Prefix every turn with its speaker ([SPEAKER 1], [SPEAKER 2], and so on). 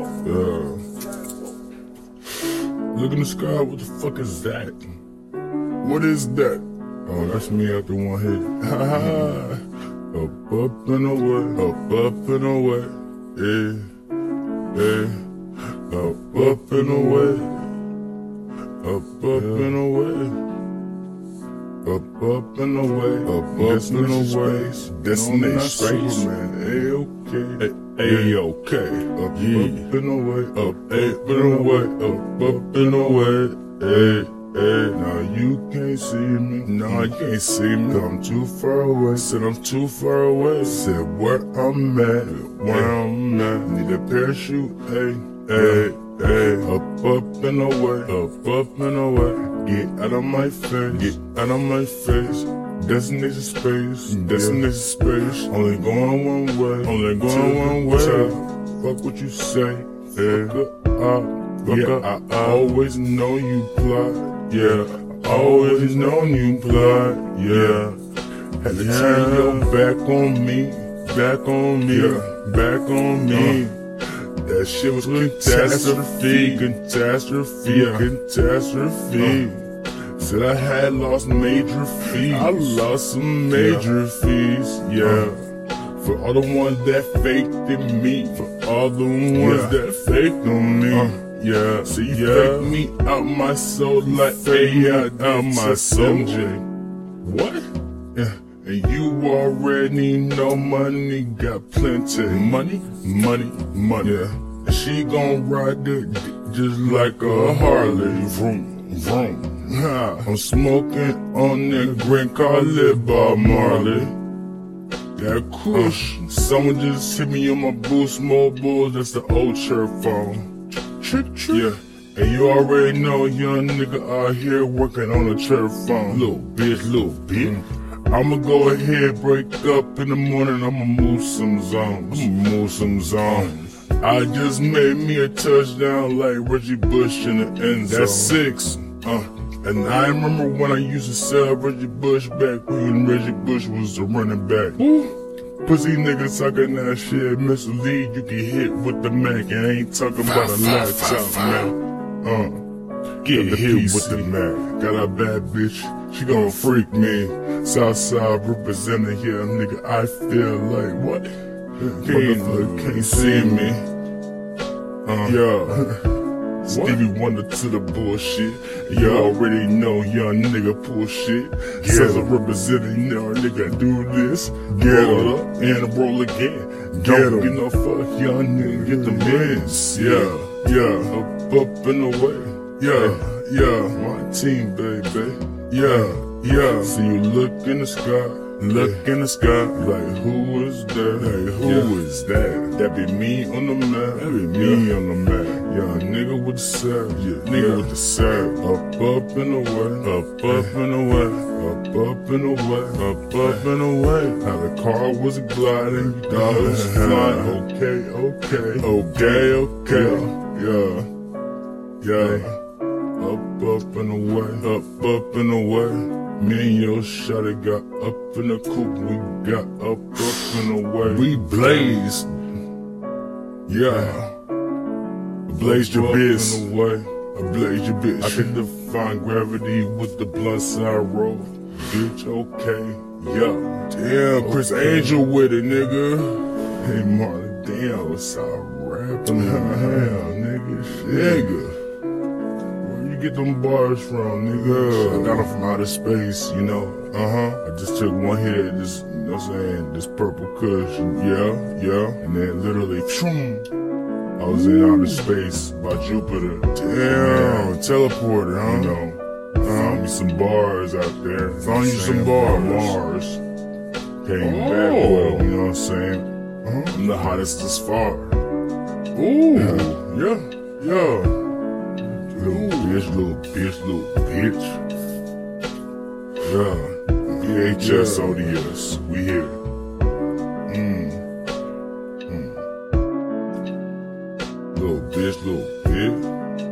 [SPEAKER 1] Uh, look in the sky. What the fuck is that? What is that? Oh, that's me after one hit. Ha ha. Up, up and away. Up, up and away. Yeah, yeah. Up, up and away. Up, up and away. Up, up and away. Up, up and away. Destination space. Superman. A-okay. A-OK. Up, up and away. Up, up and away. Up, up and away. Hey, hey. Now you can't see me. Now you can't see me. 'Cause I'm too far away. Said I'm too far away. Said where I'm at. Where I'm at. Need a parachute. Hey, hey. Hey, up, up and away, up, up and away. Get out of my face, get out of my face. Destination space, destination space. Only going one way, only going one way. Fuck what you say, yeah. fuck up. Fuck yeah, up. I always know you plot, yeah. Always known you plot, yeah. Had to turn your back on me, back on me, back on me. That shit was catastrophe, catastrophe, catastrophe. Said I had lost major fees. Uh-huh. Uh-huh. I lost some major fees, yeah. For all the ones that faked in me, for all the ones that faked on me. yeah, so you faked Uh. me out my soul like they out of my soul. What? Yeah. And you already know money got plenty. Money, money, money. Yeah. And she gon' ride the dick just like a Harley. Vroom, vroom. Ha. I'm smoking on that Grand Carly by Marley. That kush. Someone just hit me on my boost mobile. That's the old church phone. Chirp, chirp. Yeah. And you already know a young nigga out here working on a church phone. Little bitch, little bitch. I'ma go ahead, break up in the morning, I'ma move some zones. I'ma move some zones. I just made me a touchdown like Reggie Bush in the end zone. That's six. Uh, and I remember when I used to sell Reggie Bush back when Reggie Bush was the running back. Pussy nigga sucking that shit, mislead, you get hit with the Mac. And I ain't talking about a laptop, man. Uh. Get hit with the Mac. Got a bad bitch, she gon' freak me. Southside representing here, nigga. I feel like what? Can't, look, can't see me. Uh, yeah. Stevie Wonder to the bullshit. You already know young nigga pull shit. Says I'm representing now, nigga do this. Get roll up and roll again. Don't get no fuck, young nigga. Get the wins. Yeah, yeah. Up, up and away. Yeah, yeah. My team, baby. Yeah, yeah. So you look in the sky. Look in the sky, like who is that? Like who is that? That be me on the map. That be me on the map. Yeah, nigga with the sack. Yeah, nigga with the sack. Up, up and away. Up, up and away. Up, up and away. Up, up and away. How the car was gliding, dollars was flying. Okay, okay, okay, okay. yeah. Yeah. Up, up and away, up, up and away. Me and your shawty got up in the coop. We got up, up and away. We blazed. Yeah. Blaze your biz. Up and away. I blaze your bitch. I can define gravity with the blunt side roll. Bitch, okay. Yeah. Damn, Chris Angel with it, nigga. Hey, Marlon, damn, it's all rapping. Damn, nigga. Shit. Nigga. Where you get them bars from, nigga? I got them from outer space, you know. Uh huh. I just took one hit of this, you know what I'm saying, this purple cushion. Yeah, yeah. And then literally, choom, I was in outer space by Jupiter. Damn, teleporter, huh? You know, found me some bars out there. Found you some bars. Oh. Mars. Came back, well, you know what I'm saying? I'm the hottest this far. Uh-huh. Ooh. Yeah, yeah. yeah. Little bitch, little bitch, little bitch. Yeah. VHS ODS. We here. Mm. Mm. Little bitch, little bitch.